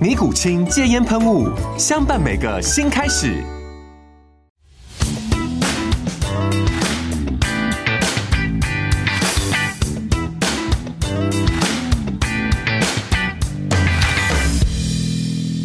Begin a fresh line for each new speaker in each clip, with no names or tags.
尼古清戒烟喷雾，相伴每个新开始。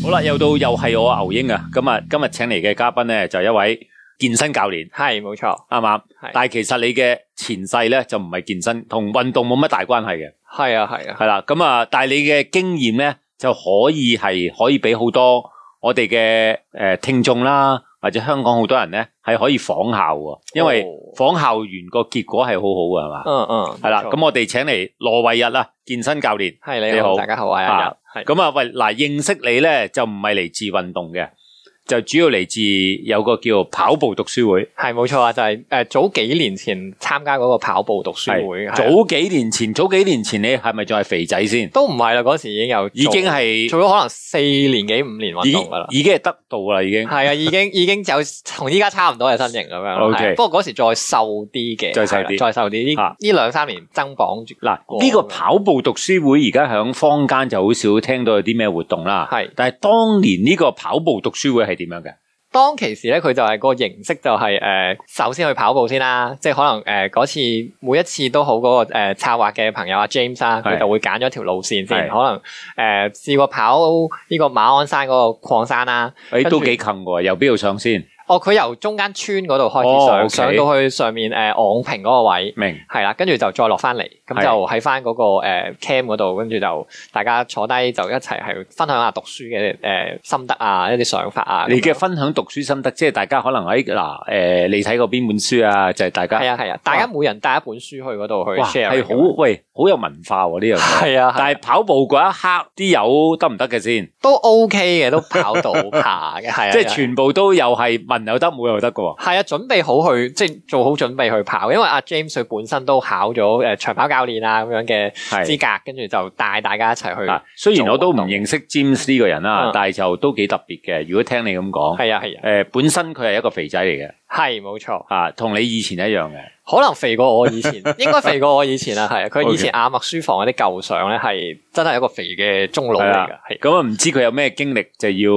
好啦，又到又系我牛英啊！咁啊，今日请嚟嘅嘉宾咧就係一位健身教练，
係冇錯，
啱唔啱
係？
但系其实你嘅前世咧就唔系健身，同运动冇乜大关系嘅，
係啊係啊，
系啦。咁啊，但系你嘅经验咧就可以系可以俾好多我哋嘅诶听众啦，或者香港好多人咧系可以仿效喎，因为
哦
仿效完个结果系好好嘅，系嘛？
嗯嗯，
系啦，
冇錯
咁我哋请嚟罗慧日啦，健身教练。
係
你
你
好
好，大家好啊，係
咁啊，喂，嗱，認識你咧就唔係嚟自運動嘅，就主要嚟自有個叫跑步讀書會，
係冇錯啊，就係誒早幾年前參加嗰個跑步讀書會，
係
係啊
早幾年前，早幾年前你係咪仲係肥仔先？
都唔係啦，嗰時已經有
已經
做
係
做咗可能四年幾五年
已
運動噶啦。
已經係得到啦，已經
係啊，已經已經就同依家差唔多嘅身形咁樣啦。
OK
係啊不過嗰時再瘦啲嘅，
再瘦啲
係啦再瘦啲。
啊
呢呢兩三年增磅住，
嗱，呢個跑步讀書會而家響坊間就好少聽到有啲咩活動啦。
係
但係當年呢個跑步讀書會係點樣嘅？
當其時咧，佢就係個形式就係、呃首先去跑步先啦，即係可能誒嗰、次每一次都好嗰、個、呃、策劃嘅朋友阿 James 啦，
係
佢就會揀咗條路線
係
先，可能誒、呃、試過跑呢個馬鞍山嗰個礦山啦，
誒、
跟住
都幾近喎，由邊度上先？
哦佢由中間村嗰度開始
哦
上、
OK
上到去上面誒、呃、昂坪嗰個位。
明
係啦，跟住就再落翻嚟，咁
係
就喺翻嗰個誒 cam 嗰度，跟住就大家坐低就一齊係分享下讀書嘅誒、呃心得啊，一啲想法啊。
你
咁樣
嘅分享讀書心得，即係大家可能喺嗱誒，你睇過邊本書啊？就係、大家
系啊系啊，大家每人帶一本書去嗰度去
哇，
share，
係好喂，好有文化喎呢樣 嘢。
系啊，但
但
系
係跑步嗰一刻啲友得唔得嘅先？
都 OK 嘅，都跑到爬嘅， 系啊，
即係全部都又係文又得，武又得嘅喎。
系啊，準備好去即係做好準備去跑，因為阿 James 佢本身都考咗诶长跑教練啊咁樣嘅
係
資格，跟住就帶大家一齊去，
嗱，雖然我都唔
做運動
認識 James 呢個人啦
嗯，
但係就都幾特別嘅。如果聽你咁講，
係啊係啊，
誒本身佢係一個肥仔嚟嘅，
係冇錯，
啊，同你以前一樣嘅。
可能肥過我以 前，應該肥過我以前啦，係啊，佢
OK
以前亞墨書房嗰啲舊相咧，係真係一個肥嘅中佬嚟
係
㗎，
啦
係
咁啊，唔知佢有咩經歷就要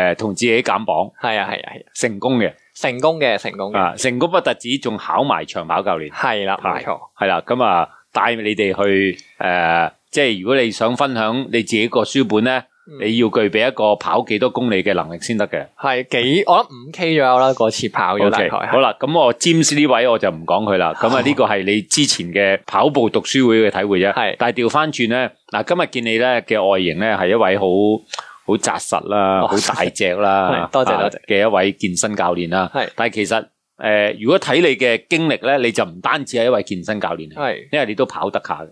誒同自己減磅
係啊係啊係啊，
成功嘅，
成功嘅成功嘅，
啊，成功不特止，仲考埋長跑教練。
係啦冇
係
錯。
系啦，咁啊，帶你哋去诶、呃即係如果你想分享你自己個書本咧，
嗯
你要具備一個跑幾多公里嘅能力先得嘅。
系几我谂五 K 左右啦，嗰次跑咗
O
大
K，
概。
好啦，咁我 James 呢位我就唔講佢 啦。咁啊，呢個係你之前嘅跑步讀書會嘅體會啫。
係
但係調翻轉咧，嗱，今日見你咧嘅外形咧係一位好好扎實啦，
哦
好大隻啦，
係多謝
啊
多謝
嘅一位健身教練啦。
係
但係其實诶、呃如果睇你嘅經歷咧，你就唔單止係一位健身教練，啊
係
因為你都跑得下嘅。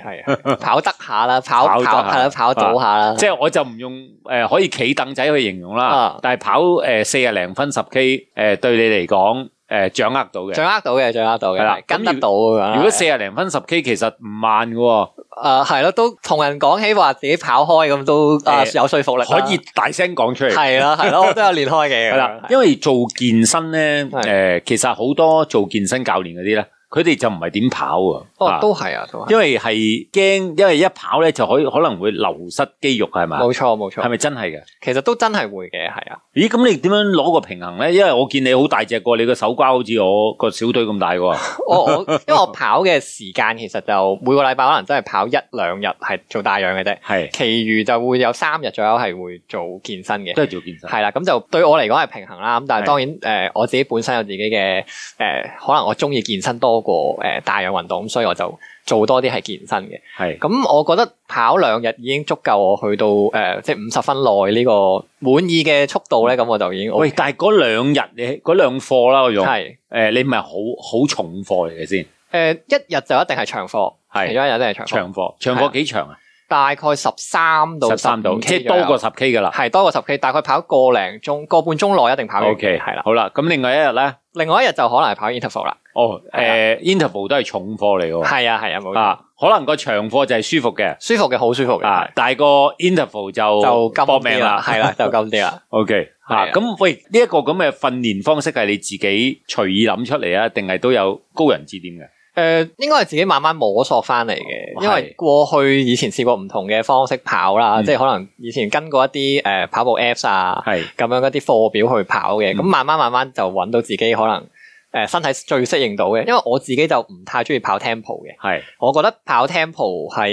係係跑得下啦，跑
跑
跑
得下
系啦，跑到下啦，
即係我就唔用诶、呃可以企凳仔去形容啦，
啊
但係跑诶四廿零分十 K 诶、呃、对你嚟講诶掌握到嘅。
掌啊握到嘅，掌握到
係啦
嘅，跟得到咁樣啦
如果四廿零分十 K 其實唔慢嘅喎，
诶系咯，都同人講起話自己跑開咁都啊
誒
有說服力啦，
可以大聲講出嚟。
係啦係咯，我都有練開嘅。
係啦，
係
因為做健身咧，
係
诶、其實好多做健身教練嗰啲咧，佢哋就唔係點跑啊。
哦
啊，
都係啊，都係，
因為係驚，因為一跑咧就可以可能會流失肌肉係咪？
冇錯冇
係
錯，
咪真係嘅？
其實都真係會嘅，係啊，
咦，咁你點樣攞個平衡咧？因為我見你好大隻過，你個手瓜好似我個小腿咁大嘅喎。
我 我因為我跑嘅時間其實就每個禮拜可能真係跑一兩日係做帶氧嘅啫，
係
其餘就會有三日左右係會做健身嘅
都。係做健身。
係啦，咁就對我嚟講係平衡啦。咁
係
但係當然，誒、我自己本身有自己嘅誒、可能我中意健身多過誒、帶氧運動，咁所以我就做多啲係健身嘅。
係
咁我覺得跑兩日已經足夠我去到誒、即係五十分內呢個滿意嘅速度咧，咁我就已經 OK
喂，但係嗰兩日你嗰兩課啦，我用誒、
係
你唔係好好重課嚟嘅先，
誒一日就一定係長課，
係
其中一日一定係長課，
長課，長課幾長啊？
大概十三到
十三度，
度，
即係多過十 K 噶啦。
係多過十 K，大概跑個零鐘、個半鐘內一定跑
O
完
K，
係啦。
好啦，咁另外一日咧，
另外一日就可能係跑 interval 啦，
哦，誒、
係
interval 都係重課嚟嘅
係啊係啊
喎，
冇錯，
啊，可能個長課就係舒服嘅，
舒服嘅好舒服嘅。係
啊，但係個 interval
就
就
金
搏命
啲啦，
啦，
系啦，就金啲啦。
O K，
係啊
吓咁喂，呢、一個咁嘅訓練方式係你自己隨意諗出嚟啊，定係都有高人指點嘅？
诶、應該係自己慢慢摸索翻嚟嘅，因為
哦係
過去以前試過唔同嘅方式跑啦，
嗯
即係可能以前跟過一啲诶、誒跑步 Apps 啊，
係
咁樣一啲課表去跑嘅，咁、
嗯
慢慢慢慢就揾到自己可能诶、誒身體最適應到嘅，因為我自己就唔太中意跑 tempo 嘅，
係
我覺得跑 tempo 係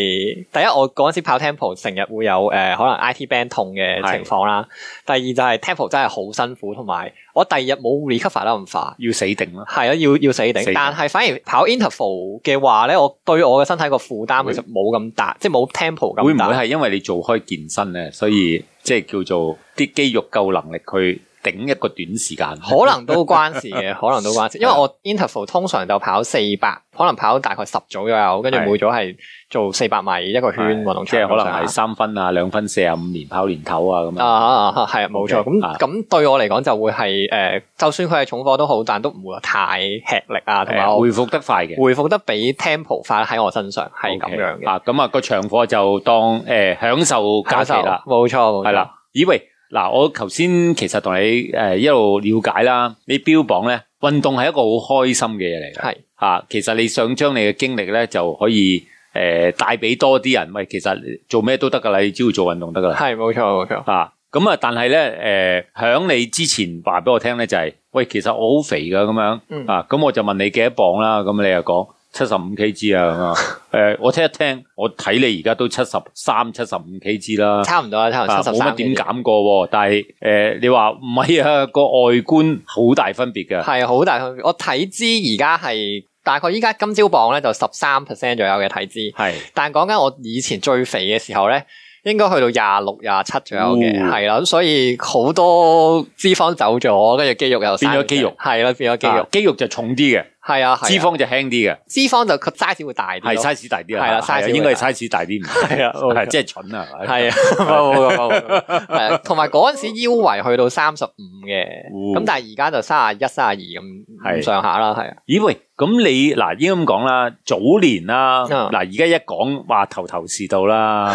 第一，我嗰陣時跑 tempo 成日會有誒、呃可能 IT band 痛嘅
係
情況啦，第二就係 tempo 真係好辛苦，同埋我第二日冇 recover 得咁快。
要死定啦，
係啊，要要死頂
死頂，
但係反而跑 interval 嘅話咧，我對我嘅身體個負擔
會
其實冇咁大，即係冇 tempo
會
咁
唔
大。
會係因為你做開健身咧，所以即係叫做啲肌肉夠能力去頂一個短時間？
可能都關事 嘅，可能都關事，因為
啊
我 interval 通常就跑四百，可能跑大概十組左右，跟住
係
每組係做四百米一個圈運動
即
場
係
咁上下，
可能係三分啊、兩分四啊、五連跑連頭啊咁
啊
樣。
啊啊，係啊冇錯。
OK，啊
咁咁對我嚟講就會係誒，就算佢係重課都好，但都唔會話太吃力啊，同埋
誒
我
恢復得快嘅，
回復得比 tempo 快喺我身上係咁
OK，
樣嘅。啊
啊，咁啊個長課就當誒享受假期啦。
冇錯，冇錯，
系啦。咦喂，嗱，我頭先其實同你诶、呃一路了解啦，你標榜咧運動係一個好開心嘅嘢嚟嘅
係，
吓、啊其實你想將你嘅經歷咧就可以诶带俾多啲人。喂，其實做咩都得噶啦，你只要做運動得噶啦。
係冇錯，冇錯。
啊，咁啊，但係咧诶，响、響你之前話俾我聽咧就係，喂，其實我好肥噶咁樣
嗯
啊，咁我就問你幾多磅啦，咁你又講七十五 kg 啊 咁啊，诶、我聽一聽，我睇你而家都七十三、七十五 kg 啦。
差唔多啦，差唔多
啊
七十
冇乜
三
點減過喎，但係誒你話唔係啊，個外觀好大分別嘅，
係好大分別。我體脂而家係大概依家今朝磅咧就十三 percent 左右嘅體脂，
係
但講緊我以前最肥嘅時候咧。應該去到廿六、廿七左右嘅，
哦
係啦、咁所以好多脂肪走咗，跟住肌肉又生
變咗肌肉
係啦，變咗肌
啊
肉，
肌肉就重啲嘅，
係啊，係啊
脂肪就輕啲嘅，
脂肪就個 size 會大啲咯，
係 size 大啲啊，
係啦
係啊
size
應該係
大
size 大啲，唔
係 啊
係
冇錯
即係蠢啊，係咪
係啊，冇冇冇冇，係啊，同埋嗰陣時腰圍去到三十五嘅，
哦
咁、但係而家就三十一、三十二咁
係
咁上下啦，係啊，
咦喂，咁你嗱應該咁講啦，早年 啦，
啊
嗱而家一講話頭頭是道 啦，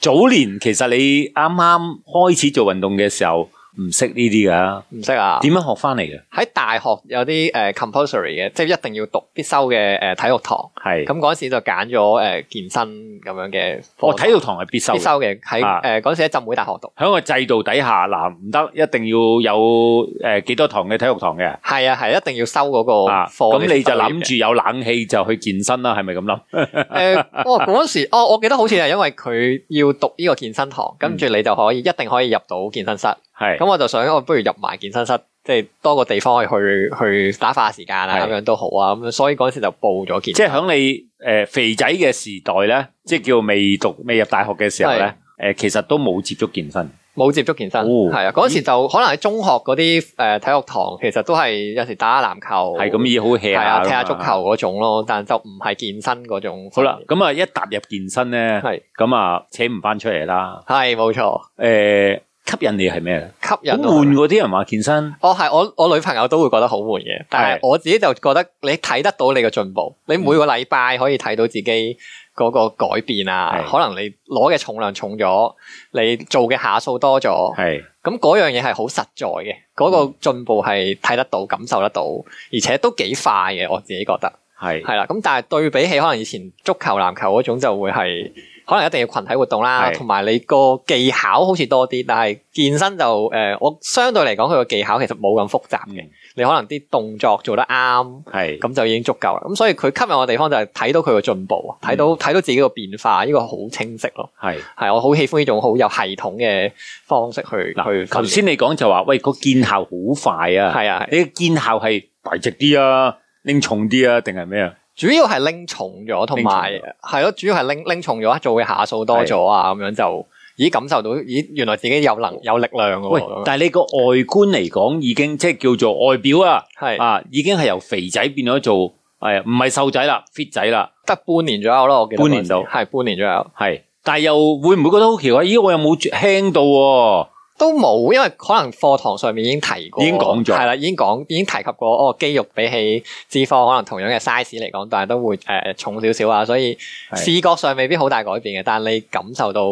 早年其實你啱啱開始做運動嘅時候唔識呢啲噶，
唔識啊。
點樣學翻嚟嘅？
喺大學有啲誒、呃 compulsory 嘅，即係一定要讀必修嘅誒、呃、體育堂。
係，
咁嗰陣時就揀咗誒健身咁樣嘅課堂。
我哦體育堂係必修
必
嘅。
修嘅，喺
啊
誒嗰陣時喺浸會大學讀。
喺個制度底下，嗱唔得，一定要有誒幾、多堂嘅體育堂嘅。
係啊係，一定要修嗰個
啊，咁
課。
你就
修
諗
嘅
住有冷氣就去健身啦，係咪咁諗？
誒，我嗰陣時，哦，我記得好似係因為佢要讀呢個健身堂，跟住你就可以一定可以入到健身室。
嗯係
咁我就想，我哦不如入埋健身室，即係多個地方可以去去打發下時間啊，
係
咁樣都好啊。咁所以嗰陣時就報咗健
即係喺你誒、呃肥仔嘅時代咧，即係叫未讀未入大學嘅時候咧，誒
係、
其實都冇接觸健身，
冇接觸健身，
哦
係啊，嗰時就可能喺中學嗰啲誒體育堂，其實都係有時打下籃球，
係咁已好 hea
係
下
啊，
啦嘛
踢下足球。嗰種咯，但就唔係健身嗰種。
好啦，，咁啊一踏入健身咧，
係
咁啊扯唔翻出嚟啦。
係冇錯，
誒、吸引你係咩咧？
吸引
咁
我
換嗰啲人話健身，
我係我我女朋友都會覺得好悶嘅，但係我自己就覺得你睇得到你嘅進步，
嗯
你每個禮拜可以睇到自己嗰個改變啊
係，
可能你攞嘅重量重咗，你做嘅下數多咗，
係嗯
咁嗰樣嘢係好實在嘅，嗰、個進步係睇得到、感受得到，而且都幾快嘅，我自己覺得。
係
係啦，咁但係對比起可能以前足球、籃球嗰種就會係可能一定要群體活動啦，
係
同埋你個技巧好似多啲，但係健身就誒、呃我相對嚟講佢個技巧其實冇咁複雜嘅，
嗯
你可能啲動作做得啱，
係
咁就已經足夠啦。咁所以佢吸引我嘅地方就係睇到佢個進步，啊睇
嗯
到睇到自己個變化，呢個好清晰咯。
係。
係我好喜歡呢種好有系統嘅方式去去
嗱，
訓練。
頭先你講就話，喂，個見效好快啊！
係啊係
你個見效係大隻啲啊，拎重啲啊，定係咩啊？
主要係拎重咗，同埋
拎重
係咯，主要係拎拎重咗，做嘅下數多咗啊，咁樣就咦感受到咦原來自己有能有力量嘅
喂
喎，，
但係你個外觀嚟講，已經即係叫做外表啊，
係
啊，已經係由肥仔變咗做誒，唔係瘦仔啦，fit 仔啦，
得半年左右咯，我記得
半年到
係半年左右
係。但係又會唔會覺得好奇怪？咦，我又冇輕到喎，
都冇，因為可能課堂上面已經提過，
已經講咗
係啦，已經講已經提及過哦，肌肉比起脂肪可能同樣嘅 size 嚟講，但係都會誒、呃重少少啊，所以
係
視覺上未必好大改變嘅，但係你感受到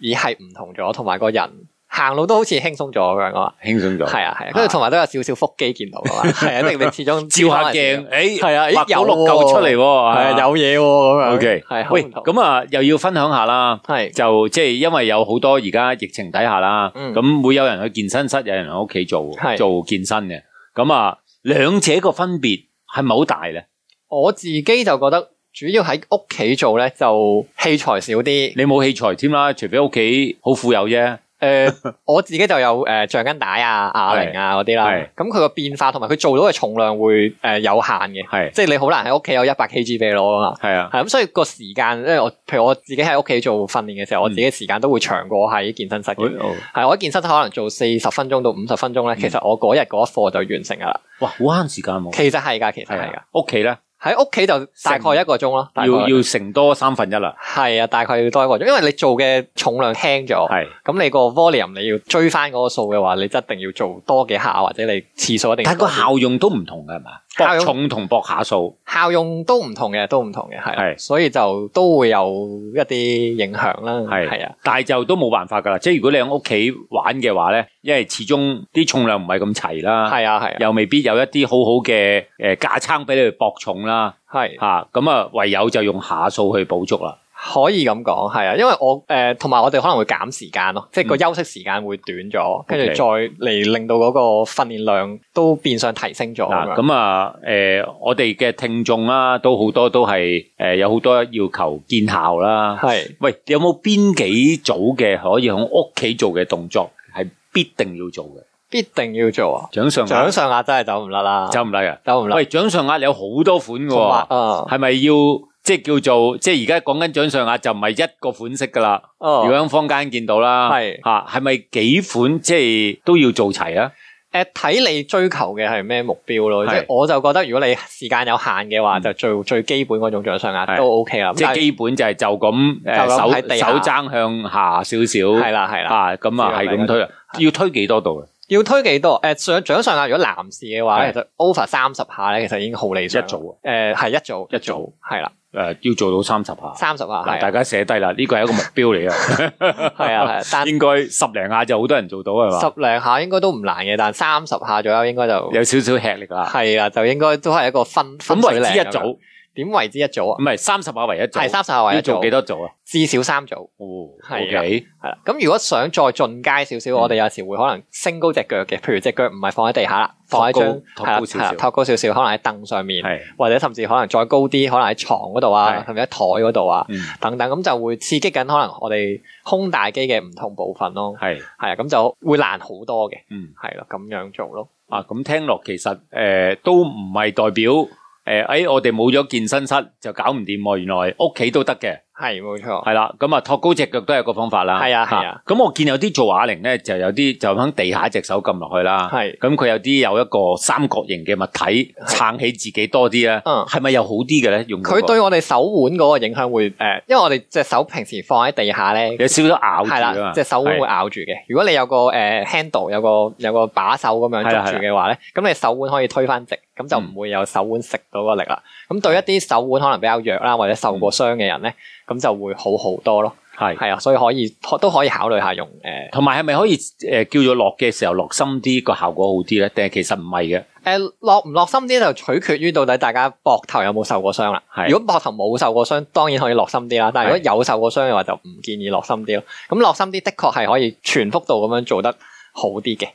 咦係唔同咗，同埋個人行路都好似輕鬆咗咁樣啊。
輕鬆咗，
係啊係啊，跟住同埋都有少少腹肌見到噶嘛， 係啊，即係你始終
照下鏡，誒，
係啊咦
畫到
有
六嚿出嚟喎，
係啊有嘢喎咁樣。
O K，
係好
喂，
唔同
咁啊又要分享下啦。
係
就即係因為有好多而家疫情底下啦，
嗯
咁、會有人去健身室，有人喺屋企做
係
做健身嘅。咁啊，兩者個分別係咪好大咧？
我自己就覺得主要喺屋企做咧就器材少啲，
你冇器材添啦，除非屋企好富有啫。
誒呃 我自己就有誒橡筋帶啊、啞鈴啊嗰啲啦
係，
咁佢個變化同埋佢做到嘅重量會誒有限嘅，
係
即係你好難喺屋企有一百 Kg 俾你攞啊嘛。
係啊，
係咁，所以個時間，因為我譬如我自己喺屋企做訓練嘅時候，我自己時間都會長過喺健身室嘅。
哦
係我喺健身室可能做四十分鐘到五十分鐘
嗯
咧，其實我嗰日嗰一課就完成噶啦。
哇，好慳時間喎。
其實係㗎，其實係
嗯係
㗎。
啊，屋企咧
喺屋企就大概一個鐘咯，大
要
概
要成多三分一啦。
係啊，大概要多一個鐘，因為你做嘅重量輕咗，
係，
咁你個 volume 你要追翻嗰個數嘅話，你一定要做多幾下，或者你次數一定要
但係
多
個
啲。
效用都唔同嘅係嘛？
效
搏
用
重同搏下數
效用都唔同嘅，都唔同嘅，係啊，
係
所以就都會有一啲影響啦，
係
係啊，
但係就都冇辦法㗎啦。即係如果你喺屋企玩嘅話咧，因為始終啲重量唔係咁齊啦。
係啊，係啊，
又未必有一啲好好嘅誒架撐俾你去搏重啦
係。
嚇，咁啊唯有就用下數去補足啦。
可以咁講，係啊，因為我誒同埋我哋可能會減時間咯，即係個休息時間會短咗，跟住
嗯 OK
再嚟令到嗰個訓練量都變相提升咗咁
嗱，
樣。
咁啊誒，我哋嘅聽眾啦，都好多都係誒有好多要求見效啦。
係
喂，有冇邊幾組嘅可以喺屋企做嘅動作係必定要做嘅？
必定要做啊！
掌上
掌
壓
上壓真係走唔甩啦，
走唔甩嘅。
走唔甩。
喂，掌上壓有好多款嘅
同埋
喎，
啊，
係咪要即係叫做即係而家講緊掌上壓就唔係一個款式㗎啦？
如
如果喺坊間見到啦，
哦係
嚇係咪幾款即係都要做齊啊？
誒睇你追求嘅係咩目標咯，即
係
係我就覺得如果你時間有限嘅話，
嗯
就最最基本嗰種掌上壓
係
都 OK 啦。
即係
係
基本就係就咁誒
就咁喺地
手
下
手踭向下少少，
係啦係啦，
啊咁啊
知
係
道
咁推啊，要推幾多度啊？
要推幾多？誒上掌上壓如果男士嘅話
係
咧，其實 over 三十下咧，其實已經好理
一
想。
組
誒係一
一
組
組
係啦，
誒要做到三十下，
三十下
嗱
係
大
啊
家寫低啦，呢個係一個目標嚟啊，
係啊，係啊但
應該十零下就好多人做到係嘛？
十零下應該都唔難嘅，但三十下左右應該就
有少少吃力啦，
係啦，就應該都係一個分分
咁為
水嶺
之一
咁樣
組，嗯唔
點為之一組啊？
係三十下為一組，
係三十下為一
要做幾
組，
多組啊？
至少三組
哦
係啊
，OK，
係啦。咁如果想再進階少少，
嗯
我哋有時會可能升高只腳嘅，譬如只腳唔係放喺地下啦，放喺張
托高
係啦
托高少
係啦
少
托高少少，可能喺凳上面，
係
或者甚至可能再高啲，可能喺床嗰度啊，
係
甚至喺台嗰度啊
嗯
等等，咁就會刺激緊可能我哋胸大肌嘅唔同部分咯。
係
係啊，咁就會難好多嘅，
嗯。
係咯，咁樣做咯，
啊，咁聽落其實誒、呃都唔係代表誒，誒、哎我哋冇咗健身室就搞唔掂喎，原來屋企都得嘅，
係冇錯，
係啦，咁啊托高只腳都係一個方法啦。
係啊係啊
咁、我見有啲做啞鈴咧，就有啲就喺地下隻手撳落去啦。
係
咁佢有啲有一個三角形嘅物體撐起自己多啲咧，
嗯
係咪又好啲嘅咧？用嗰個
佢對我哋手腕嗰個影響會誒、呃因為我哋隻手平時放喺地下咧，
有少少咬住
係
啊
啦
嘛，，
隻手腕會咬住嘅。如果你有個誒、呃 handle，有個有個把手咁樣
係啦嗯
捉住嘅話咧，咁你手腕可以推翻直，咁就唔會有手腕食到個力啦。咁對一啲手腕可能比較弱啦，或者受過傷嘅人咧，咁就會好好多咯。
係。嗯係
係啊，所以可以都可以考慮下用誒。呃
同埋係咪可以誒、呃叫做落嘅時候落深啲個效果好啲咧？定係其實唔係嘅，
诶、落唔落心啲就取決於到底大家膊頭有冇受過傷啦。
係
如果膊頭冇受過傷，當然可以落心啲啦。但係如果有受過傷嘅話，就唔建議落心啲咯。咁落心啲的確係可以全幅度咁樣做得好啲嘅。
系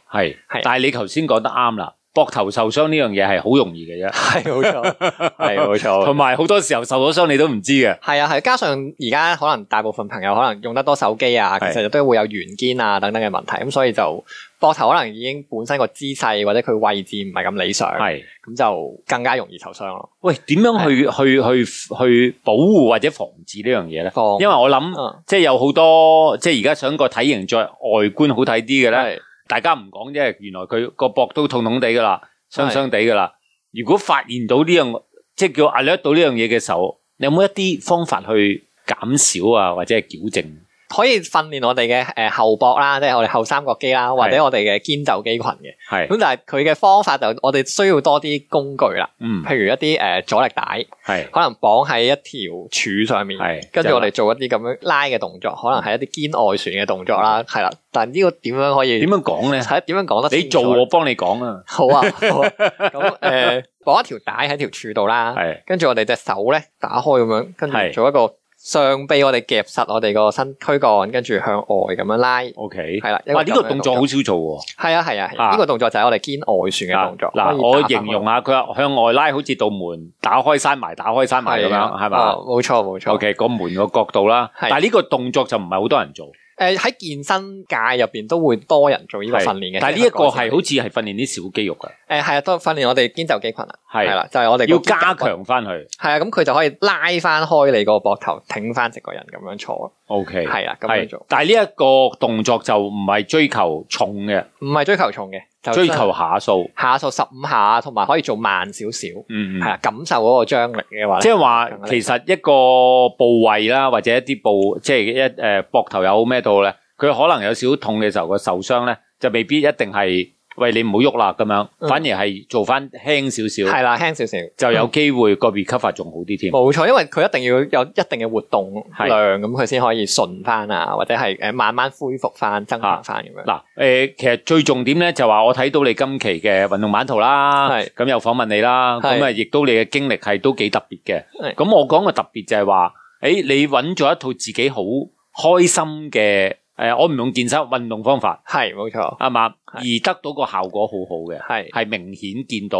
係，
但系你頭先講得啱啦，膊頭受傷呢樣嘢 係好容易嘅啫，
係冇錯，係冇 錯
同。埋好多時候受咗傷你都唔知嘅，
係啊，係加上而家可能大部分朋友可能用得多手機啊，其
係
實都會有圓肩啊等等嘅問題，咁所以就膊頭可能已經本身個姿勢或者佢位置唔係咁理想，
係。
咁就更加容易受傷咯。
喂，點樣去去去去保護或者防止呢樣嘢咧？
放
因為我諗，
嗯
即係有好多，即係而家想個體型再外觀好睇啲嘅咧，
係
大家唔講啫。原來佢個膊都痛痛地噶啦，傷傷地噶啦。如果發現到呢樣，即係叫 alert 到呢樣嘢嘅時候，你有冇一啲方法去減少啊，或者係矯正？
可以訓練我哋嘅誒後膊啦，即係我哋後三角肌啦，或者我哋嘅肩袖肌群嘅。
係，
咁但係佢嘅方法就我哋需要多啲工具啦，
嗯，
譬如一啲誒、呃阻力帶，
係，
可能綁喺一條柱上面，
係
跟住我哋做一啲咁樣拉嘅動作，可能係一啲肩外旋嘅動作啦，係啦。但係呢個點樣可以
嗯點樣講咧？
係點樣講得清楚？
你做我幫你講啊，
好啊，好啊。咁誒、呃綁一條帶喺條柱度啦，
係
跟住我哋隻手咧打開咁樣，跟
係
住做一個上臂，我哋夾實我哋個身軀幹，跟住向外咁樣拉。
，OK，
係啦，
哇！呢
個
個動作好少做喎。
係啊係啊，係
啊
啊呢個動作就係我哋肩外旋嘅動作。
嗱，
可以
我
打返
形容下，佢話向外拉，好似道門打開閂埋，打開閂埋咁
係啊
樣，係嘛
哦冇錯冇錯。
？OK，個門個角度啦，
係
但係呢個動作就唔係好多人做，
誒喺健身界入邊都會多人做呢個
係
訓練嘅。
但係
係
呢一個係好似係訓練啲小肌肉嘅，
誒係啊，都訓練我哋肩袖肌群啊，係
係
啦，就係我哋個
要
肩胛
加
骨。
強翻去。
係啊，咁佢就可以拉翻開你個膊頭，挺翻直個人咁樣坐。
OK，
係啦，咁樣
係
做，，
但係呢一個動作就唔係追求重嘅，
唔係追求重嘅，就
追求下數。
下數十五下，同埋可以做慢少少，係
嗯，
啊，感受嗰個張力嘅話
即
咧，
係話其實一個部位啦，或者一啲部，即係一诶膊頭有咩到咧，佢可能有少少痛嘅時候個受傷咧，就未必一定係喂你唔好喐啦咁樣，
嗯
反而係做翻輕少少，
係啦，輕少少
就有機會個 recover 仲好啲添。
冇錯，因為佢一定要有一定嘅活動
係
量，咁佢先可以順翻啊，或者係誒慢慢恢復翻、增強翻咁樣。
嗱，诶、其實最重點咧就話我睇到你今期嘅運動版圖啦，
係
咁又訪問你啦，
係
咁啊，亦都你嘅經歷係都幾特別嘅。
係
咁我講嘅特別就係話，诶、你揾咗一套自己好開心嘅，诶、我唔用健身運動方法。
係冇錯，
啱嘛？而
係
得到個效果好好嘅，
係
係明顯見到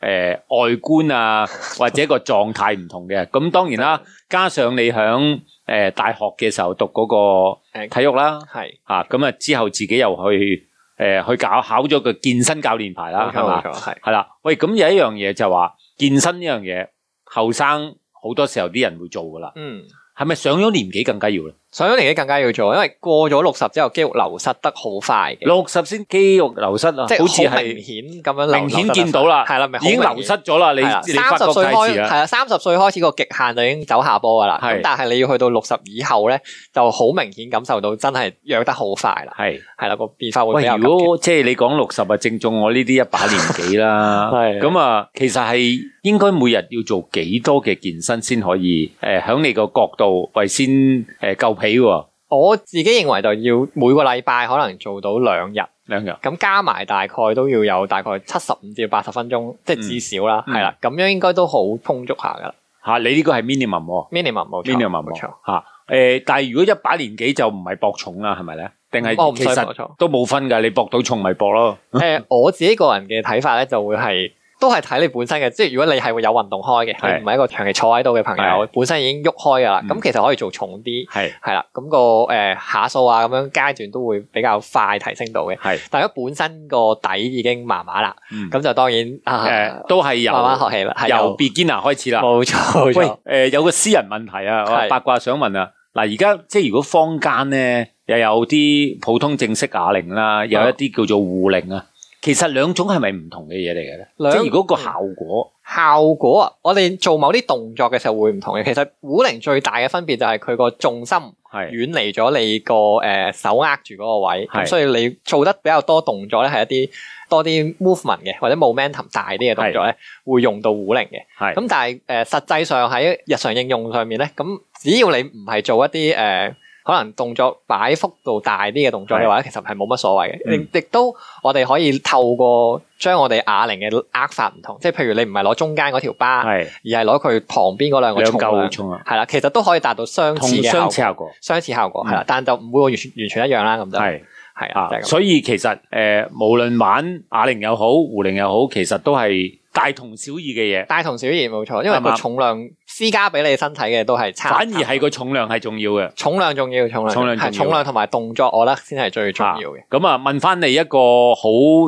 诶、呃外觀啊或者個狀態唔同嘅。咁當然啦，加上你響诶、呃大學嘅時候讀嗰個
誒
體育啦，
係
啊咁啊之後自己又去诶、呃去搞考咗個健身教練牌啦
冇，錯
係
冇
嘛？
錯，係
係啦，喂，咁有一樣嘢就話健身呢樣嘢，後生好多時候啲人會做噶啦，
嗯。
係咪上咗年紀更加要咧？
上咗年紀更加要做，因為過咗六十之後，肌肉流失得好快嘅，
六十先肌肉流失啊，
即係
好似
好
係
明。顯咁樣流
明顯見到啦，
係啦，咪好
已經
明顯
流失咗啦，你
係啦
你發覺
30歲
太遲
開係
啦，
啦，三十歲開始個極限就已經走下坡噶啦。
係
咁但係你要去到六十以後咧，就好明顯感受到真係弱得好快啦，
係
係啦個變化會
喂
比較，急
如
嘅。，
果即係你講六十啊，正中我呢啲一把年紀啦
係
咁啊，其實係應該每日要做幾多嘅健身先可以誒喺你個角度為先誒夠皮喎
我自己認為就要每個禮拜可能做到兩日，
兩樣，
咁加埋大概都要有大概七十五至八十分鐘，即係至少啦，
嗯
係啦，咁樣應該都好充足下噶啦
嚇，你呢個係 minimum 喎
，minimum 冇錯
，minimum
冇
喎
錯。
嚇誒，但係如果一把年紀就唔係搏重啦，係咪咧？定
哦
係
唔
其
使搏
實
重
都冇分㗎，你搏到重咪搏咯，
诶、呃我自己個人嘅睇法咧，就會係都係睇你本身嘅，即係如果你係會有運動開
係
嘅，你唔係一個長期坐喺度嘅朋友
係，
本身已經喐開噶啦，
嗯
咁、其實可以做重啲，
係
係啦，咁、個个呃下數啊咁樣階段都會比較快提升到嘅。
係
但如果本身個底已經麻麻啦，
嗯呃
咁就當然啊，
誒，都係由
慢慢學起啦，係
由 beginner 開始啦。
冇錯冇
喂，
錯
誒、，有個私人問題啊，我
係
八卦想問啊。嗱，而家即係如果坊間咧，又有啲普通正式啞鈴啦，
啊
有一啲叫做護鈴啊。其實兩種係咪唔同嘅嘢嚟嘅咧？
兩
即係如果個效果
效果啊，我哋做某啲動作嘅時候會唔同嘅。其實股鈴最大嘅分別就係佢個重心。
係
遠離咗你個誒、呃手握住嗰個位，
係
咁所以你做得比較多動作咧，係一啲多啲 movement 嘅或者 momentum 大啲嘅動作咧，會用到壺鈴嘅。
係
咁但係誒、呃、實際上喺日常應用上面咧，咁只要你唔係做一啲誒、呃可能動作擺幅度大啲嘅動作嘅話，其實係冇乜所謂嘅。
嗯
亦亦都我哋可以透過將我哋啞鈴嘅握法唔同，即係譬如你唔係攞中間嗰條巴，而
系
係攞佢旁邊嗰兩個
兩
重
嚿
量，
重啊，
係啦，其實都可以達到相
同
似嘅
相
效果
似效果
相似效果係啦，但就唔會完全完全一樣啦，咁就
嗯係。
係啊，就
啊，
係咁。
所以其實诶、呃，无论玩啞鈴又好，胡鈴又好，其實都係大同小異嘅嘢，
大同小異冇錯，因為
係嘛
個重量施加俾你身體嘅都係差，啊
反而係個重量係重要嘅。
重量重要，重量
重量重要
係重量同埋動作，我覺得先係最重要嘅。
咁啊，問翻你一個好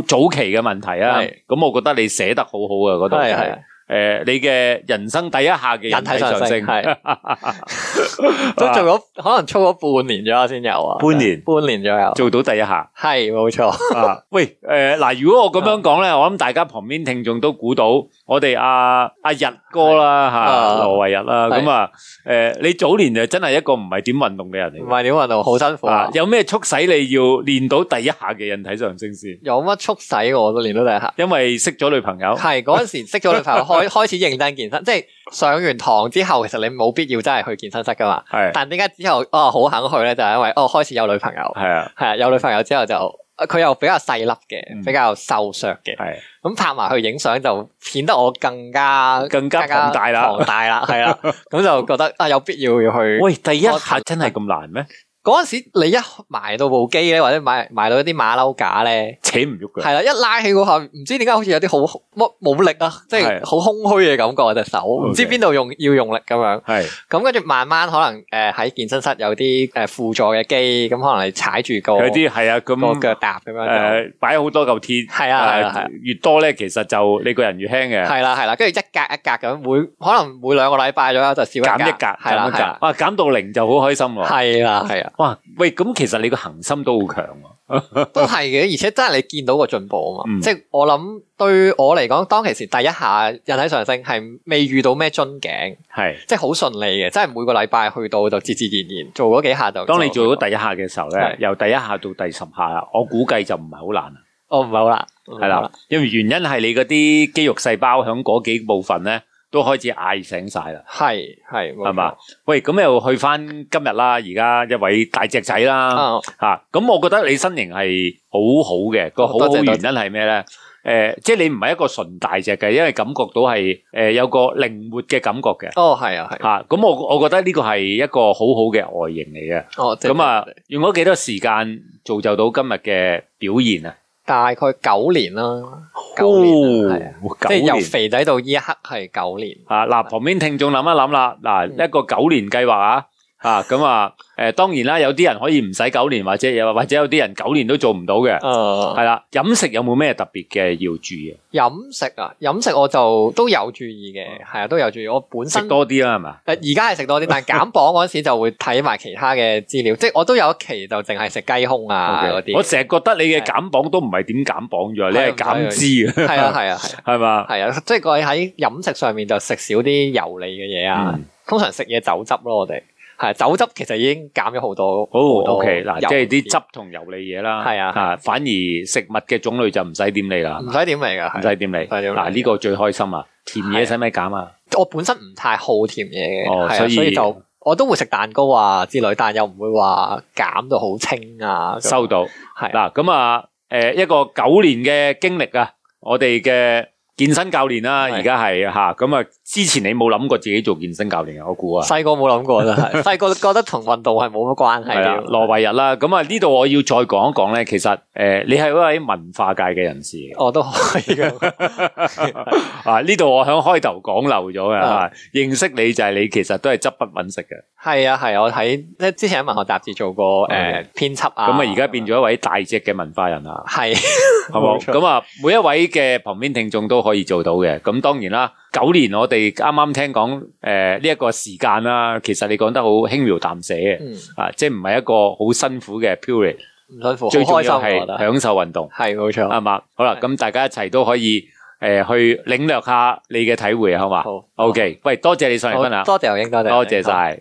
早期嘅問題啊
係，
咁我覺得你寫得好好啊，嗰度
係係
诶，你嘅人生第一下嘅
人體
體
上升
升，
係 都做咗可能操咗半年左右先有啊，
半年
半年左右，
做到第一下。
係冇錯，
啊，喂，诶、嗱，如果我咁樣講咧，我諗大家旁邊聽眾都估到，我哋阿阿日哥啦
啊
吓，羅維日啦，
係
咁啊，诶、你早年就真係一個唔係點運動嘅人
唔
嚟
係點運動好辛苦
嘅，啊
啊，。
有咩促使你要練到第一下嘅人體上升 先？
有乜促使我都練到第一下？
因為識咗女朋友，
係嗰阵时识咗女朋 友，開开始認真健身，即係上完堂之後，其實你冇必要真係去健身室噶嘛。
係
但點解之後哦好肯去咧？就係因為哦開始有女 朋友，
係啊，
係啊有女朋友之後就佢又比較細粒嘅，
嗯
比較瘦削嘅，
係
咁拍埋去影相就顯得我更加
更加龐大啦
龐 大啦，係啦，咁就覺得啊有必要要去。
喂，第一下真係咁難咩？
嗰阵时你一埋到部機咧，或者買埋到一啲馬騮 架咧，
扯唔喐嘅，
係啦，一拉起嗰下，唔知點解好似有啲好乜冇力啊，即係
係
好空虛嘅感覺啊隻手，唔知
OK
邊度用要用力咁樣。
係
咁跟住慢慢可能誒喺健身室有啲誒輔助嘅機，咁可能你踩住個
有啲係啊，
個腳
咁
踏咁樣
诶，摆好多嚿鐵，
就係啊係啊係
誒
啊。
越多咧，其實就你個人越輕嘅，
係啦係啦，跟住一格一格咁，每可能每兩個禮拜左右就少
減
格，
一格，
係啦
減一
係啦
格，哇，減到零就好開心喎。
係啦 係啦，
哇，喂，咁其實你個恒心都好強喎，
都係嘅，而且真係你見到個進步啊嘛
嗯，
即係我諗對我嚟講，當其時第一下人體上升係未遇到咩樽頸，
係。
即係好順利嘅，真係每個禮拜去到就自自然然做嗰幾下就。
當你做
就
到第一下嘅時候咧
係，
由第一下到第十下啦，我估計就唔係好難啦，
哦唔係好啦，唔係
係
好
啦，，因為原因係你嗰啲肌肉細胞響嗰幾部分咧都開始嗌醒晒啦，
係
係
係係
嘛？？喂，咁又去翻今日啦，而家一位大隻仔啦，
啊
嚇咁我覺得你身形係好好嘅，個
哦
好
多謝
好原
多
因係咩咧？誒，即係你唔係一個純大隻嘅，因為感覺到係誒有個靈活嘅感覺嘅。
哦係啊係，
吓，咁、我我觉得呢個係一個好好嘅外形嚟嘅。
哦即係
咁啊，用咗幾多時間造就到今日嘅表現啊？
大概九年啦，九年啦係啊。
哦
即係
九
由
年
肥仔到依一刻係九年，
啊！嗱，旁邊聽眾諗一諗啦，嗱，一個九年計劃啊，啊咁啊，诶、當然啦，有啲人可以唔使九年，或者又或者有啲人九年都做唔到嘅，
誒
係啦、飲食有冇咩特別嘅要注意啊？
飲食啊，飲食我就都有注意嘅，係啊都有注意。我本身
食多啲啦，係嘛？
誒而家係食多啲， 但係減磅嗰陣時就會睇埋其他嘅資料，即係我都有一期就淨係食雞胸啊
OK，
嗰
我
啲，
成日覺得你嘅減磅都唔係點減磅咗，你係減脂
係啊
啊，
係啊係啊
係嘛？
係啊，即係我喺飲食上面就食少啲油膩嘅嘢啊
嗯，
通常食嘢酒汁咯，我哋係啊酒汁其實已經減咗好多，
好
好多
OK 嗱，
油
即係啲汁同油膩嘢啦，
係啊係
反而食物嘅種類就唔使點你啦，
唔使點嚟㗎，
唔
係
使點你。
使點你
嗱呢個最開心啊！甜嘢使唔使減啊？
我本身唔太好甜嘢嘅，
哦
係啊
所
所
以
以就我都會食蛋糕啊之類，但又唔會話減到好清啊。
收到
係啊
嗱咁啊，誒一個九年嘅經歷啊，我哋嘅健身教練啦，
係
而家係嚇咁啊，之前你冇諗過自己做健身教練啊？我估啊。
細個冇諗過真 係，細個覺得同運動係冇乜關係
係啦，
嘅。
羅維日啦，咁啊呢度我要再講一講咧，其實誒、你係一位文化界嘅人士嚟嘅
我都可以 嘅，
啊，呢度我響開頭講漏咗嘅，
啊
啊認識你就係你其實都係執筆揾食嘅。
係啊係啊，我睇即之前喺文學雜誌做過誒編輯啊，
哦咁啊，而家變咗一位大隻嘅文化人啊啦，
係
好冇？
冇錯
咁啊，每一位嘅旁邊聽眾都可以做到嘅。咁當然啦，九年啊我哋啱啱聽講誒呢一個時間啦，其實你講得好輕描淡寫嘅，
嗯
啊，即係唔係一個好辛苦嘅 period，
唔辛苦，
最重
好開心
要
我覺
係啊
得
享受運動，
係冇錯
啱。嘛？好啦，
係
咁大家一齊都可以誒去領略下你嘅體會，好嘛
好
？OK，喂，多謝你上嚟分享，
好多謝牛英，多謝
多謝晒。